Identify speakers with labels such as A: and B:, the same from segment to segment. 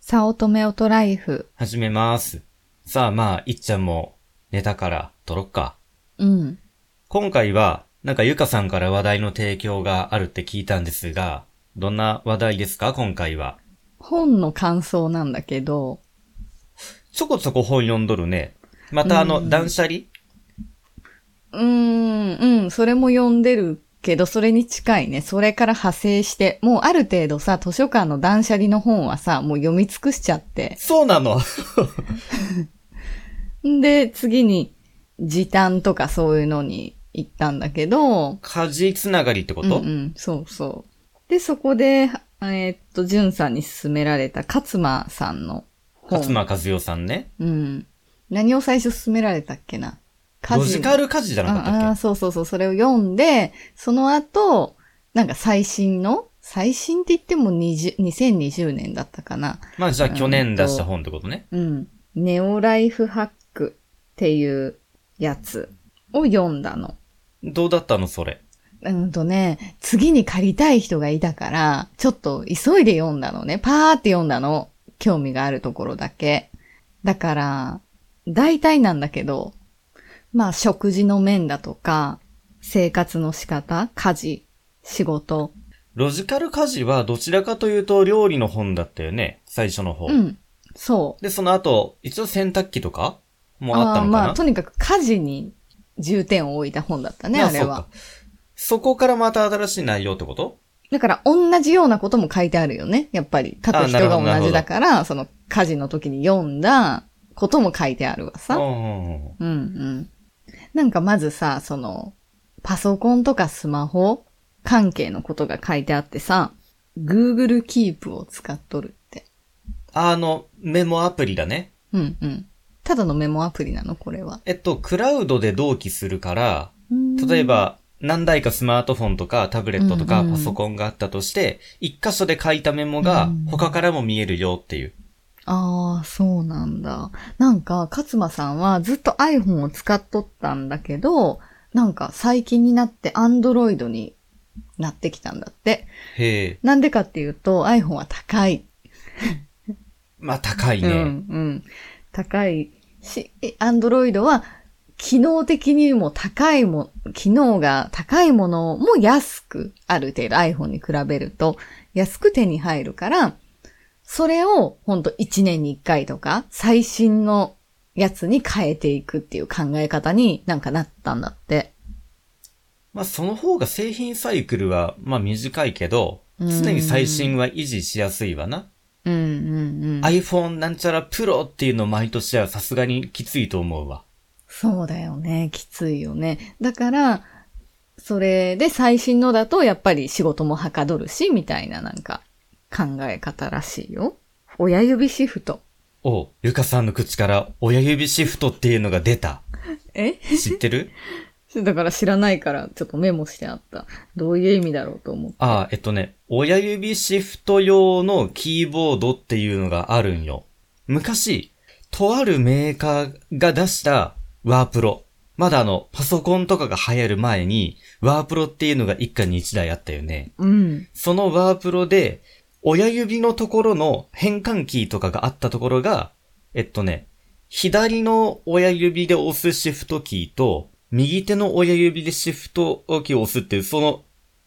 A: サオトメオトライフ。
B: 始めます。さあまあ、いっちゃんも寝たから撮ろっか。
A: うん。
B: 今回は、なんかゆかさんから話題の提供があるって聞いたんですが、どんな話題ですか今回は。
A: 本の感想なんだけど、
B: ちょこちょこ本読んどるね。またあ
A: う
B: の、
A: ん
B: 断捨離
A: うーん、うん、それも読んでるけど、それに近いね。それから派生して、もうある程度さ、図書館の断捨離の本はさ、もう読み尽くしちゃって。
B: そうなの
A: んで、次に、時短とかそういうのに行ったんだけど、
B: 家事つながりってこと、
A: うんうん、そうそう。で、そこで、えーっと、じゅんさんに勧められた勝間さんの本。
B: 勝間和代さんね。
A: うん。何を最初勧められたっけな
B: ロジカ
A: ル
B: ル家事じゃなかった
A: ああ
B: っ
A: ー、そうそうそう、それを読んで、その後、なんか最新の最新って言っても20 2020年だったかな。
B: けまあじゃあ
A: うん
B: 去年出した本ってことね。
A: うん。ネオライフハックっていうやつを読んだの。
B: どうだったのそれ。
A: うんとね、次に借りたい人がいたから、ちょっと急いで読んだのね。パーって読んだの。興味があるところだけ。だから、大体なんだけど、まあ食事の面だとか、生活の仕方、家事、仕事。
B: ロジカル家事はどちらかというと料理の本だったよね。最初の方。
A: うん。そ
B: で、その後、一応洗濯機とか
A: う。
B: もあった
A: ー
B: のかな
A: まあ、とにかく家事に重点を置いた本だったね、
B: ま
A: あれ
B: そう
A: は
B: か。そこからまた新しい内容ってこと
A: だから同じようなことも書いてあるよね。やっぱり書く
B: あなる
A: 人
B: ほどな
A: が同
B: るほ
A: じ
B: ど
A: だから、その家事の時に読んだことも書いてあるわ
B: うん
A: さ。
B: うんうん
A: うんうん。なんかまずさ、その、パソコンとかスマホ関係のことが書いてあってさ、Google Keep を使っとるって。
B: あの、メモアプリだね。
A: うんうん。ただのメモアプリなのこれは。
B: えっと、クラウドで同期するから、
A: うん
B: 例え、ば、何台かスマートフォンとかタブレットとか
A: うんうん
B: パソコンがあったとして、一箇所で書いたメモが
A: うん
B: 他からも見えるよっていう。
A: ああ、そうなんだ。なんか、勝間さんはずっと iPhone を使っとったんだけど、なんか最近になって Android になってきたんだって。
B: へえ。
A: なんでかっていうと iPhone は高い。
B: まあ、高いね。
A: うん、うん。高いし、Android は機能的にも高いも、機能が高いものも安く、ある程度 iPhone に比べると安く手に入るから、それをほんと1年に1回とか最新のやつに変えていくっていう考え方になんかなったんだって。
B: まあ、その方が製品サイクルは、まあ、短いけど、
A: うん
B: 常に最新は維持しやすいわな。
A: うんうんうん。
B: iPhone なんちゃらプロっていうの毎年はさすがにきついと思うわ。
A: そうだよね。きついよね。だから、それで最新のだとやっぱり仕事もはかどるし、みたいななんか考え方らしいよ。親指シフト。
B: おう、ゆかさんの口から親指シフトっていうのが出た。
A: え
B: 知ってる
A: だから知らないからちょっとメモしてあった。どういう意味だろうと思って。
B: ああ、えっとね、親指シフト用のキーボードっていうのがあるんよ。昔、とあるメーカーが出したワープロ。まだあの、パソコンとかが流行る前に、ワープロっていうのが一家に一台あったよね。
A: うん。
B: そのワープロで、親指のところの変換キーとかがあったところが、えっとね、左の親指で押すシフトキーと、右手の親指でシフトキーを押すっていう、その、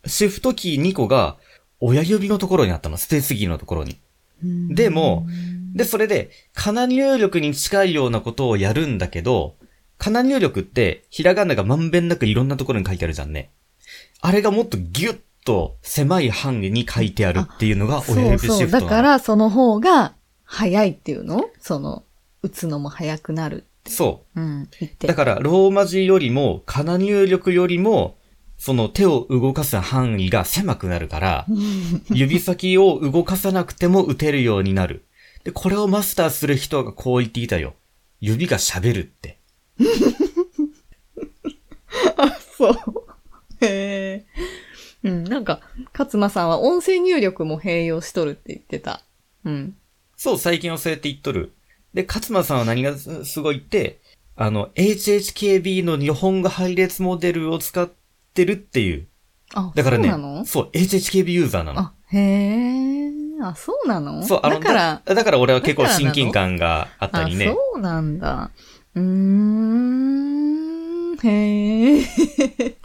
B: シフトキー2個が、親指のところにあったの、スペースキーのところに。でも、で、それで、かな入力に近いようなことをやるんだけど、かな入力って、ひらがながまんべんなくいろんなところに書いてあるじゃんね。あれがもっとギュッと狭い範囲に書いてあるっていうのが親
A: そう
B: 指
A: そ
B: シ
A: う。
B: フト
A: だ
B: なの
A: からその方が早いっていうのその、打つのも早くなる。
B: そう。
A: うん。言って
B: だから、ローマ字よりも、かな入力よりも、その手を動かす範囲が狭くなるから、指先を動かさなくても打てるようになる。で、これをマスターする人がこう言っていたよ。指が喋るって。
A: そう。へえ。うん、なんか、勝間さんは音声入力も併用しとるって言ってた。うん。
B: そう、最近はそうやって言っとる。で、勝間さんは何がすすごいって、あの、HHKB の日本語配列モデルを使ってるっていう。
A: あ、
B: だからね、
A: そうなの
B: そう HHKB ユーザーなの。
A: あ、へえ。あ、そうなの
B: そう、あの、
A: だから、
B: だだから俺は結構
A: だからなの
B: 親近感があった
A: あ、
B: りね。
A: そうなんだ。うーん、へえ。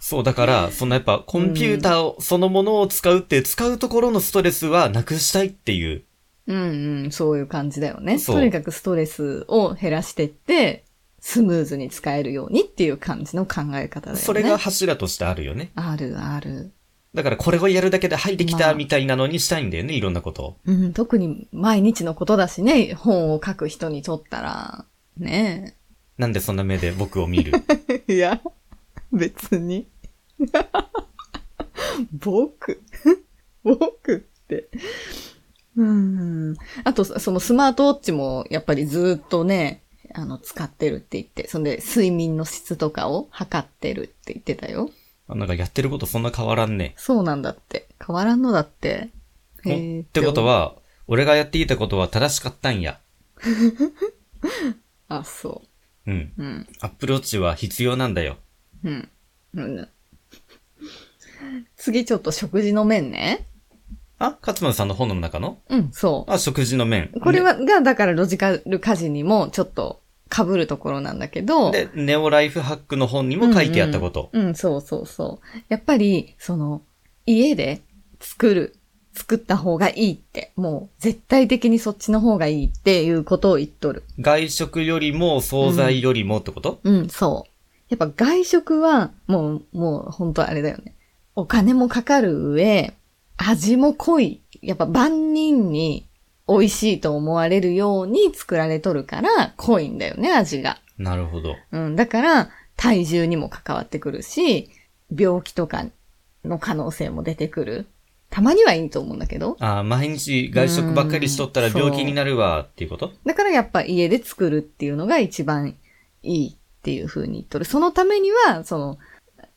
B: そう、だから、そのやっぱコンピューターをそのものを使うって、使うところのストレスはなくしたいっていう。
A: うんうん、そういう感じだよね。
B: そう
A: とにかくストレスを減らしてって、スムーズに使えるようにっていう感じの考え方だよね。
B: それが柱としてあるよね。
A: あるある。
B: だからこれをやるだけで、はい、でき
A: ま
B: た
A: あ
B: みたいなのにしたいんだよね、いろんなことを。
A: うん、特に毎日のことだしね、本を書く人にとったら、ね
B: なんでそんな目で僕を見る
A: え。いや、別に。 僕。 僕って。うん。あと、そのスマートウォッチもやっぱりずっとね、あの、使ってるって言って、そんで睡眠の質とかを測ってるって言ってたよ。
B: あなんかやってることそんな変わらんね。
A: そうなんだって。変わらんのだって。へ
B: お
A: ー
B: ってこと
A: 思う
B: は、俺がやっていたことは正しかったんや。
A: あ、そ
B: うん。
A: う。うん。
B: アップルウォッチは必要なんだよ。
A: うん。うん、次ちょっと食事の面ね。
B: あ、勝間さんの本の中の
A: うん、そ
B: あ、食事の面。
A: う。これは、が、だからロジカル家事にもちょっと被るところなんだけど。
B: ね。で、ネオライフハックの本にも書いてあったこと。
A: うん、うんそうそうそう。やっぱり、その、家で作る、作った方がいいって、もう絶対的にそっちの方がいいっていうことを言っとる。
B: 外食よりも、惣菜よりもってこと、
A: うん、そう。やっぱ外食は、もう、もう、本当あれだよね。お金もかかる上、味も濃い。やっぱ万人に美味しいと思われるように作られとるから、濃いんだよね、味が。
B: なるほど。
A: うん、だから、体重にも関わってくるし、病気とかの可能性も出てくる。たまにはいいと思うんだけど。
B: あー毎日外食ばっかりしとったら
A: うんそう
B: 病気になるわっていうこと
A: だからやっぱ家で作るっていうのが一番いいっていう風に言っとる。そのためには、その、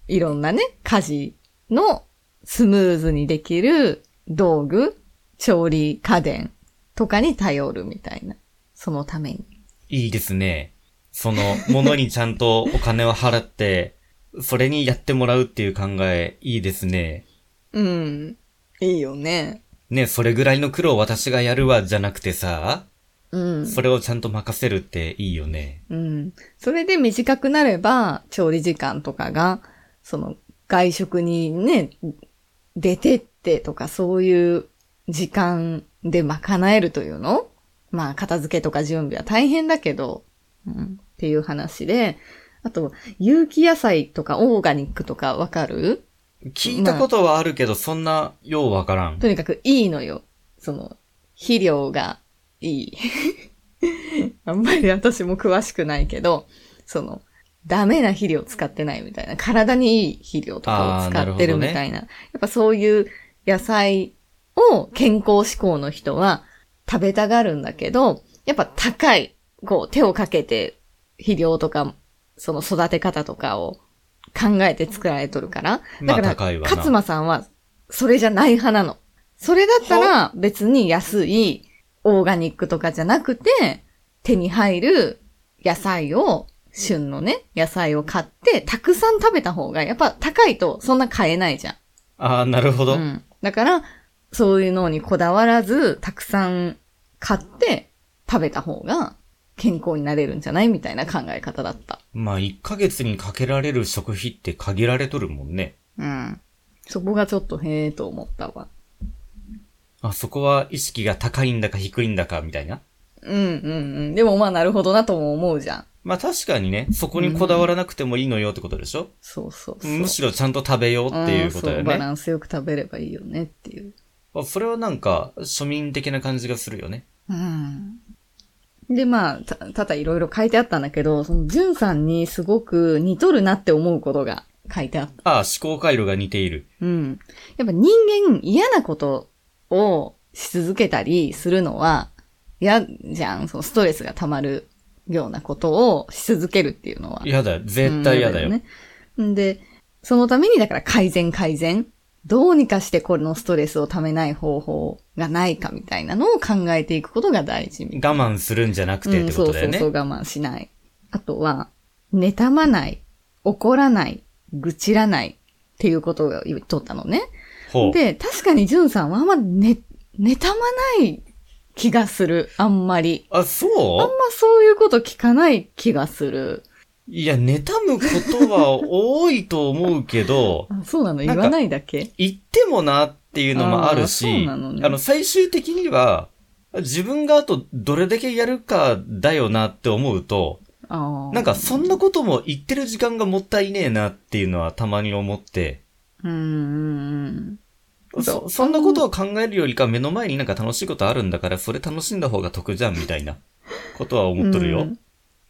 A: いろんなね、家事のスムーズにできる道具、調理家電とかに頼るみたいな。そのために。
B: いいですね。その、ものにちゃんとお金を払って、それにやってもらうっていう考え、いいですね。
A: うん。いいよね。
B: ね、それぐらいの苦労私がやるわ、じゃなくてさ、
A: うん。
B: それをちゃんと任せるっていいよね。
A: うん。それで短くなれば、調理時間とかが、その、外食にね、出てってとか、そういう時間で賄えるというのまあ、片付けとか準備は大変だけど、うん、っていう話で、あと、有機野菜とかオーガニックとかわかる
B: 聞いたことはあるけど、そんな、ようわからん。
A: とにかくいいのよ。その、肥料がい い。あんまり私も詳しくないけど、その、ダメな肥料使ってないみたいな、体にいい肥料とかを使ってるみたいな。やっぱそういう野菜を健康志向の人は食べたがるんだけど、やっぱ高い、こう手をかけて肥料とか、その育て方とかを考えて作られとるから、
B: ま
A: だ
B: あ、
A: から、
B: 高いわな。
A: 勝間さんは、それじゃない派なの。それだったら、別に安い、オーガニックとかじゃなくて、手に入る野菜を、旬のね、野菜を買って、たくさん食べた方が、やっぱ高いとそんな買えないじゃん。
B: ああ、なるほ
A: う
B: ど。
A: ん。だから、そういうのにこだわらず、たくさん買って、食べた方が、健康になれるんじゃないみたいな考え方だった。
B: まあ、1ヶ月にかけられる食費って限られとるもんね。
A: うん。そこがちょっと、へえと思ったわ。
B: あ、そこは意識が高いんだか低いんだかみたいな。
A: うんうんうん。でもまあなるほどなとも思うじゃん。
B: まあ確かにね、そこにこだわらなくてもいいのよってことでしょ、
A: そうそうそう。
B: むしろちゃんと食べようっていうことだ
A: んそ
B: よ
A: バ
B: ね。
A: ランスよく食べればいいよねっていう。
B: あそれはなんか庶民的な感じがするよね。
A: うん。でまあ、た、ただいろいろ書いてあったんだけど、その、じゅんさんにすごく似とるなって思うことが書いてあった。
B: ああ、思考回路が似ている。
A: うん。やっぱ人間嫌なことをし続けたりするのは嫌じゃん。そのストレスが溜まるようなことをし続けるっていうのは。
B: やだよ、絶対やだよ。
A: うん。ねんで、そのためにだから改善改善。どうにかしてこのストレスをためない方法がないかみたいなのを考えていくことが大事み
B: 我慢するんじゃな
A: た
B: く
A: い
B: て
A: な。
B: っ
A: うん、
B: て
A: そ
B: こ
A: うそ
B: とだよ
A: う
B: ね。
A: そう我慢しない。あとは、妬まない、怒らない、愚痴らないっていうことを言っとったのね。
B: ほう。
A: で、確かにジュンさんはあんまね、妬まない気がする、あんまり。あ
B: あ、
A: んま
B: そう
A: そういうこと聞かない気がする。
B: いや、妬むことは多いと思うけど、
A: あそうなの
B: なん
A: 言
B: か
A: わないだけ
B: 言ってもなっていうのもあるし、
A: あーそうなのね
B: あの、最終的には、自分があとどれだけやるかだよなって思うと、
A: ああ。
B: なんかそんなことも言ってる時間がもったいねえなっていうのはたまに思って、
A: うんうんうん。そ
B: そ、そんなことを考えるよりか目の前になんか楽しいことあるんだから、それ楽しんだ方が得じゃんみたいなことは思っとる
A: う
B: よ。
A: ん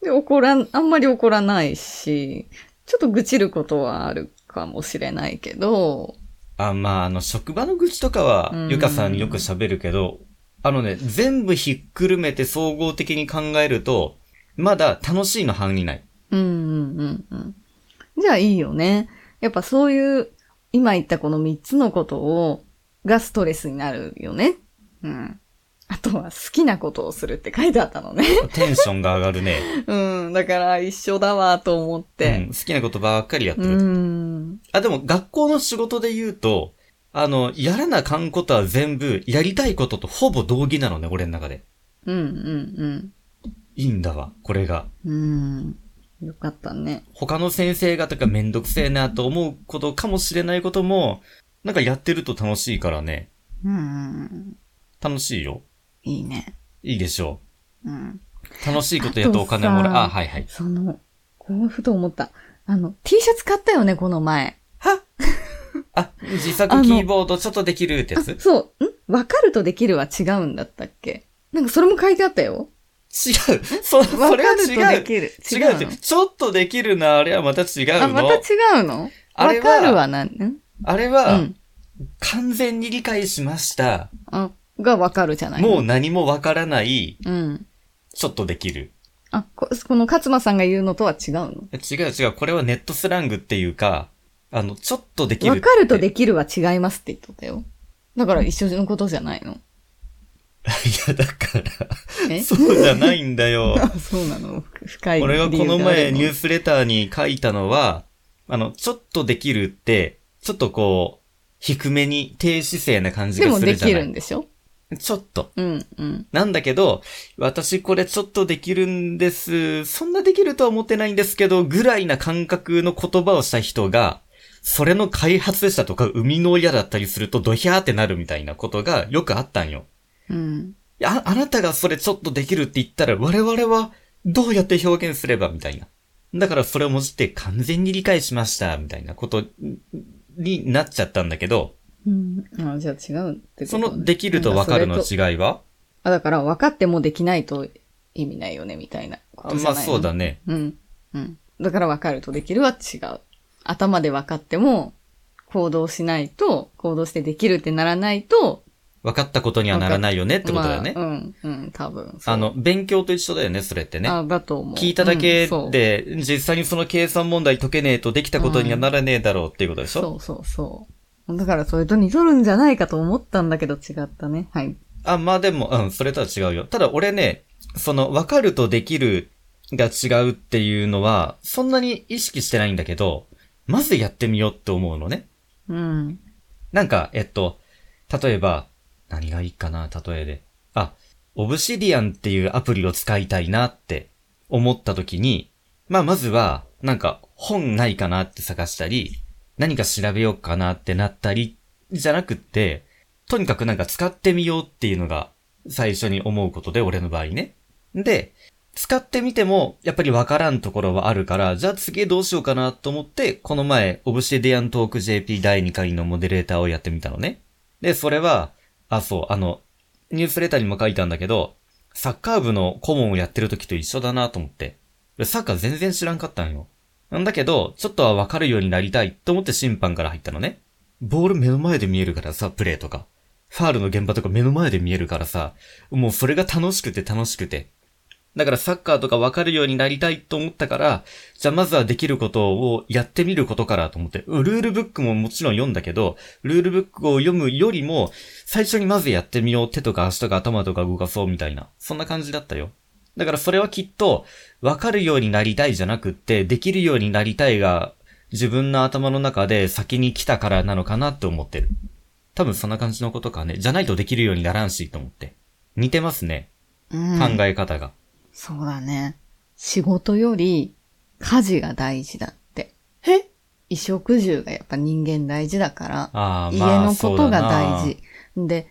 A: で、怒らん、あんまり怒らないし、ちょっと愚痴ることはあるかもしれないけど、
B: あ、まあ、あの、職場の愚痴とかは
A: うん、
B: ゆかさんによく喋るけど、あのね、全部ひっくるめて総合的に考えると、まだ楽しいの範囲内。
A: うんうんうんうん。じゃあいいよね。やっぱそういう、今言ったこの3つのことを、がストレスになるよね。うん。あとは好きなことをするって書いてあったのね。
B: テンションが上がるね。
A: うん。だから一緒だわと思っ
B: うん
A: て。
B: 好きなことばっかりやって
A: う
B: る。
A: ん。
B: あ、でも学校の仕事で言うと、あの、やらなかんことは全部、やりたいこととほぼ同義なのね、俺の中で。
A: うんうん
B: いいんだわ、これが。
A: うん。うん。よかったね。
B: 他の先生方がめんどくせえなと思うことかもしれないことも、なんかやってると楽しいからね。
A: うん。
B: 楽しいよ。
A: いいね。
B: いいでしょ
A: うん。
B: う。楽しいことやっとお金もらう。
A: あとさ
B: あ、はいはい。
A: その、こうふと思った。あの、T シャツ買ったよね、この前。
B: あ、自作キーボードちょっとできるってやつ違
A: あそう。んわかるとできるは違うんだったっけなんかそれも書いてあったよ。
B: う。そ、そ
A: わ
B: れ
A: か
B: は
A: ると
B: 違
A: で
B: う。
A: きる。
B: 違
A: の
B: う違う。ちょっとできるな、あれはまた違うの。
A: あ、また違うの
B: あ
A: わ
B: れは
A: かるはなん、ん
B: あれ
A: う
B: は、
A: ん。
B: 完全に理解しました。
A: あがわかるじゃない
B: もう何もわからない、
A: う。うん。
B: ちょっとできる。
A: あ、ここの勝間さんが言うのとは違うの
B: 違う違う。これはネットスラングっていうか、あの、ちょっとできるって。
A: わかるとできるは違いますって言っとったよ。だから一緒のことじゃないの。
B: いや、だから、
A: え
B: そうじゃないん だよ。
A: あそうなの深い理由
B: 俺がこの
A: であれ
B: 前
A: ば
B: ニュースレターに書いたのは、あの、ちょっとできるって、ちょっとこう、低めに低姿勢な感じ
A: で
B: が
A: も
B: する
A: で
B: じゃな
A: き
B: い
A: るんでしょ
B: ちょっと。
A: うん、うん。
B: なんだけど、私これちょっとできるんです。そんなできるとは思ってないんですけど、ぐらいな感覚の言葉をした人が、それの開発者とか生みの親だったりするとドヒャーってなるみたいなことがよくあったんよ。
A: うん。
B: いやあ、あなたがそれちょっとできるって言ったら我々はどうやって表現すればみたいな。だからそれをもじって完全に理解しましたみたいなことになっちゃったんだけど、
A: うん。あじゃあ違うってことね
B: そのできるとわかるの
A: なんそれと
B: 違いは
A: あ、だから分かってもできないと意味ないよね、みたいなことじ
B: ま
A: ゃ
B: あ
A: ない
B: そうだね。
A: うん。うん。だから分かるとできるは違う。頭で分かっても、行動しないと、行動してできるってならないと、
B: 分かったことにはならないよねってことだよね。
A: まあうん、うん、多分。そう
B: あ、の、勉強と一緒だよね、それってね。
A: あだと思う。
B: 聞いただ
A: う
B: け
A: んそう
B: で、実際にその計算問題解けねえとできたことにはならねえだろうっていうことでしょ、
A: そうそうそう。だからそれと似とるんじゃないかと思ったんだけど違ったね。はい。
B: あ、まあでも、うん、それとは違うよ。ただ俺ね、その、分かるとできるが違うっていうのは、そんなに意識してないんだけど、まずやってみようって思うのね。
A: うん。
B: なんか、えっと、例えば、何がいいかな、例えで。あ、オブシディアンっていうアプリを使いたいなって思った時に、まあまずは、なんか本ないかなって探したり、何か調べようかなってなったり、じゃなくって、とにかくなんか使ってみようっていうのが最初に思うことで、俺の場合ね。で、使ってみても、やっぱりわからんところはあるから、じゃあ次どうしようかなと思って、この前、オブシディアントーク JP 第2回のモデレーターをやってみたのね。で、それは、あ、そう、あの、ニュースレターにも書いたんだけど、サッカー部の顧問をやってる時と一緒だなと思って。でサッカー全然知らんかったんよ。なんだけど、ちょっとはわかるようになりたいと思って審判から入ったのね。ボール目の前で見えるからさ、プレーとか。ファールの現場とか目の前で見えるからさ、もうそれが楽しくて楽しくて。だからサッカーとかわかるようになりたいと思ったから、じゃあまずはできることをやってみることからと思って、ルールブックももちろん読んだけど、ルールブックを読むよりも、最初にまずやってみよう。手とか足とか頭とか動かそうみたいな。そんな感じだったよ。だからそれはきっと、わかるようになりたいじゃなくって、できるようになりたいが、自分の頭の中で先に来たからなのかなって思ってる。多分そんな感じのことかね。じゃないとできるようにならんし、と思って。似てますね。
A: うん。
B: 考え方が。
A: そうだね。仕事より家事が大事だって。え衣食住がやっぱ人間大事だから、
B: ああ、
A: 家
B: まあ、
A: のことが大
B: そう
A: 事。で、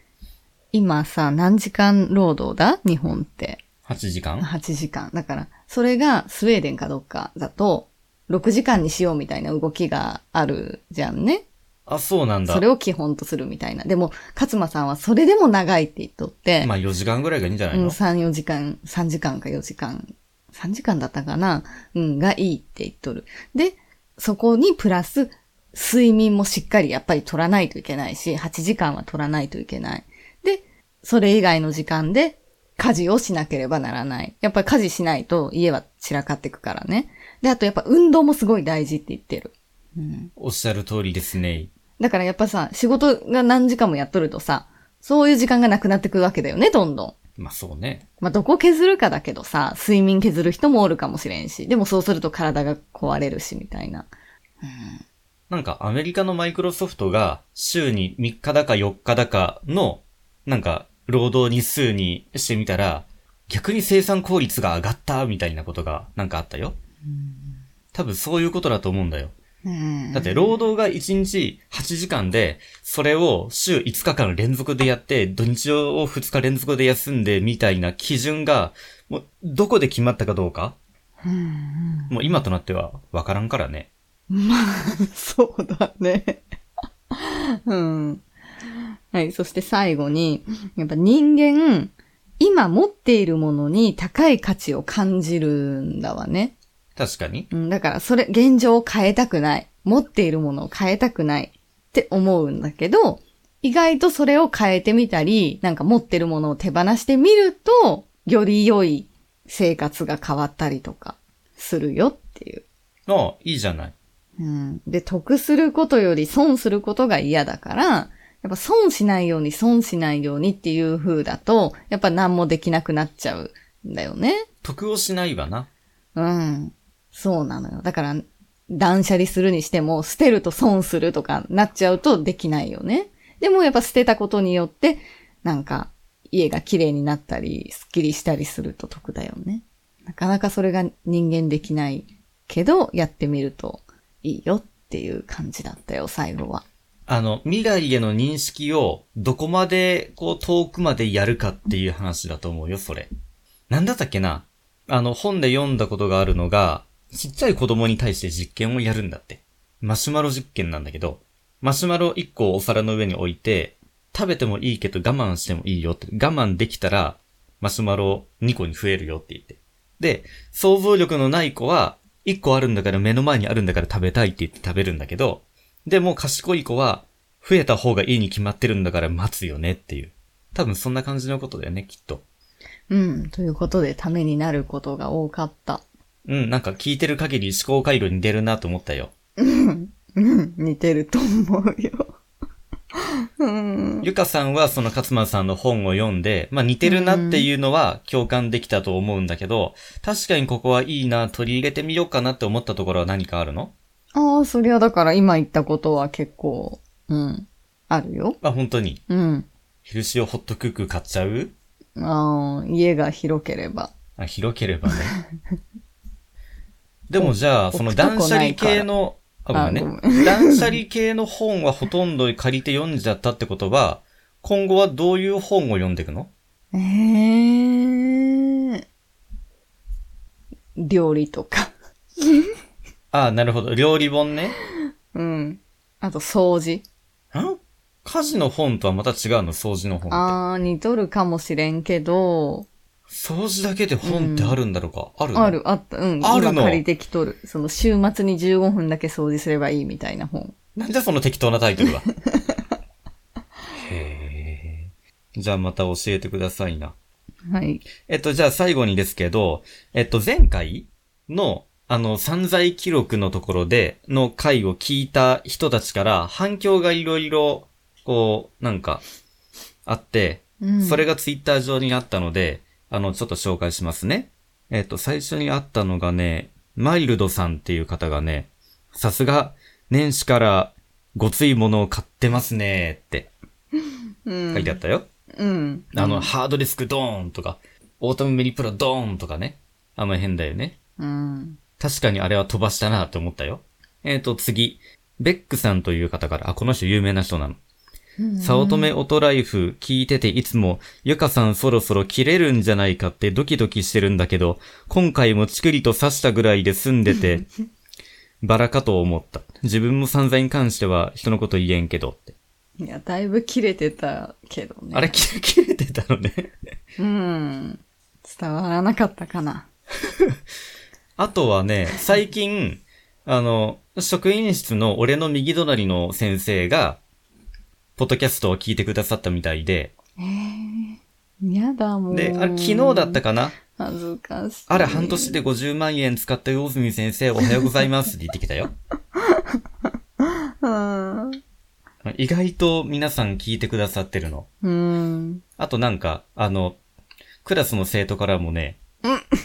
A: 今さ、何時間労働だ日本って。
B: だな。8時間
A: 8時間。だから、それがスウェーデンかどっかだと、6時間にしようみたいな動きがあるじゃんね。
B: あ、そうなんだ。
A: それを基本とするみたいな。でも、勝間さんはそれでも長いって言っとって、
B: まあ4時間ぐらいがいいんじゃない
A: うん、
B: の、
A: 3、4時間、3時間か4時間、3時間だったかな、うん、がいいって言っとる。で、そこにプラス、睡眠もしっかりやっぱり取らないといけないし、8時間は取らないといけない。で、それ以外の時間で家事をしなければならない。やっぱり家事しないと家は散らかってくからね。で、あとやっぱ運動もすごい大事って言ってる。うん。
B: おっしゃる通りですね。
A: だからやっぱさ、仕事が何時間もやっとるとさ、そういう時間がなくなってくるわけだよね、どんどん。
B: まあそうね。
A: まあ、どこ削るかだけどさ、睡眠削る人もおるかもしれんし、でもそうすると体が壊れるし、みたいな。
B: なんかアメリカのマイクロソフトが週に3日だか4日だかの、なんか労働日数にしてみたら、逆に生産効率が上がったみたいなことがなんかあったよ。多分そういうことだと思うんだよ。
A: うん
B: だって、労働が1日8時間で、それを週5日間連続でやって、土日を2日連続で休んでみたいな基準が、もうどこで決まったかどうか、
A: うん
B: もう今となってはわからんからね。
A: まあ、 そうだね。うん。はい、そして最後に、やっぱ人間、今持っているものに高い価値を感じるんだわね。
B: 確かに。
A: うん、だからそれ、現状を変えたくない。持っているものを変えたくないって思うんだけど、意外とそれを変えてみたり、なんか持ってるものを手放してみると、より良い生活が変わったりとかするよっていう。
B: ああ、いいじゃない。
A: うん。で、得することより損することが嫌だから、やっぱ損しないように損しないようにっていう風だと、やっぱ何もできなくなっちゃうんだよね。
B: 得をしないわな。
A: うん。そうなのよ。だから、断捨離するにしても、捨てると損するとかなっちゃうとできないよね。でもやっぱ捨てたことによって、なんか、家が綺麗になったり、スッキリしたりすると得だよね。なかなかそれが人間できないけど、やってみるといいよっていう感じだったよ、最後は。
B: あの、未来への認識をどこまで、こう、遠くまでやるかっていう話だと思うよ、それ。なんだったっけなあの、本で読んだことがあるのが、ちっちゃい子供に対して実験をやるんだって。マシュマロ実験なんだけど、マシュマロ1個をお皿の上に置いて、食べてもいいけど我慢してもいいよって、我慢できたら、マシュマロ2個に増えるよって言って。で、想像力のない子は、1個あるんだから目の前にあるんだから食べたいって言って食べるんだけど、でも賢い子は、増えた方がいいに決まってるんだから待つよねっていう。多分そんな感じのことだよね、きっと。
A: うん。ということで、ためになることが多かった。
B: うん、なんか聞いてる限り思考回路に出るなと思ったよ。
A: うん。似てると思うよ。うん。
B: ゆかさんはその勝間さんの本を読んで、まあ似てるなっていうのは共感できたと思うんだけど、確かにここはいいな、取り入れてみようかなって思ったところは何かあるの
A: ああ、そりゃだから今言ったことは結構、うん、あるよ。
B: あ、本当に。
A: うん。
B: ヘルシオホットクック買っちゃう
A: ああ、家が広ければ。
B: あ、広ければね。 でもじゃあ、
A: お
B: その断捨離系の、
A: 置
B: あ、ご
A: くとこないから
B: めんね
A: あご。
B: 断捨離系の本はほとんど借りて読んじゃったってこと は、今後はどういう本を読んでいくの
A: ええ料理とか。
B: あ、なるほど。料理本ね。
A: うん。あと掃除。
B: ん家事の本とはまた違うの掃除の本って。
A: ああ、似とるかもしれんけど、
B: 掃除だけで本ってあるんだろうか、あるの
A: あ。る、あった、うん。
B: あるの
A: 今借りてきとる。その週末に15分だけ掃除すればいいみたいな本。
B: なんじゃその適当なタイトル は。へえ。じゃあまた教えてくださいな。
A: はい。
B: えっと、じゃあ最後にですけど、えっと、前回の、あの、散財記録のところで、の回を聞いた人たちから、反響がいろいろ、こう、なんか、あって、
A: うん、
B: それがツイッター上にあったので、あの、ちょっと紹介しますね。えっと、最初にあったのがね、マイルドさんっていう方がね、さすが、年始からごついものを買ってますねって。
A: うん。
B: 書いてあったよ。
A: うん。
B: あの、ハードディスクドーンとか、オートムメリプロドーンとかね。あの辺だよね。
A: うん。
B: 確かにあれは飛ばしたなって思ったよ。えーと、次。ベックさんという方から、あ、この人有名な人なの。
A: うん。
B: 早乙女オトライフ聞いてていつも、ゆかさんそろそろ切れるんじゃないかってドキドキしてるんだけど、今回もチクリと刺したぐらいで済んで て、バラかと思った。自分も散々に関しては人のこと言えんけどって。
A: いや、だいぶ切れてたけどね。
B: あれ切れ切れてたのね。
A: うん。伝わらなかったかな。
B: あとはね、最近、あの、職員室の俺の右隣の先生が、ポッドキャストを聞いてくださったみたいで、
A: ええやだもう。
B: で、あれ昨日だったかな
A: 恥ずかしい。
B: あれ半年で50万円使った魚住先生おはようございますって言ってきたよ。
A: うん。
B: 意外と皆さん聞いてくださってるの。
A: うん。
B: あとなんか、あの、クラスの生徒からもね、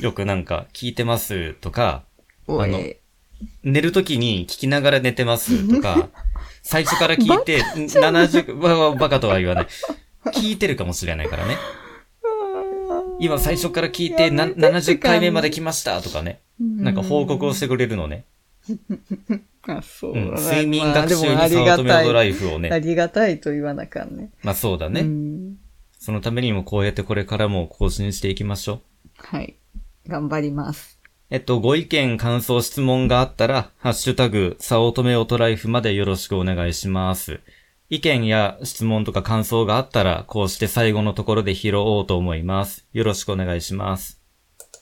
B: よくなんか、聞いてますとか、
A: おい
B: あの寝るときに聞きながら寝てます とか、最初から聞いて、70、わわバカとは言わない。聞いてるかもしれないからね。今最初から聞いて、な
A: やめて。
B: 70回目まで来ましたとかね。なんか報告をしててくれるのね。
A: あ、そう。
B: うん。睡眠
A: まあ
B: 学
A: で
B: 習
A: も
B: に
A: あ
B: サ
A: り
B: ー
A: が
B: トメの
A: た
B: ドラ
A: い。
B: イフを
A: あ
B: ね。
A: りがたいと言わなかんね。
B: まあそうだね。
A: うん。
B: そのためにもこうやってこれからも更新していきましょう。
A: はい。頑張ります。
B: えっと、ご意見、感想、質問があったら、ハッシュタグ、さおとめおとライフまでよろしくお願いします。意見や質問とか感想があったら、こうして最後のところで拾おうと思います。よろしくお願いします。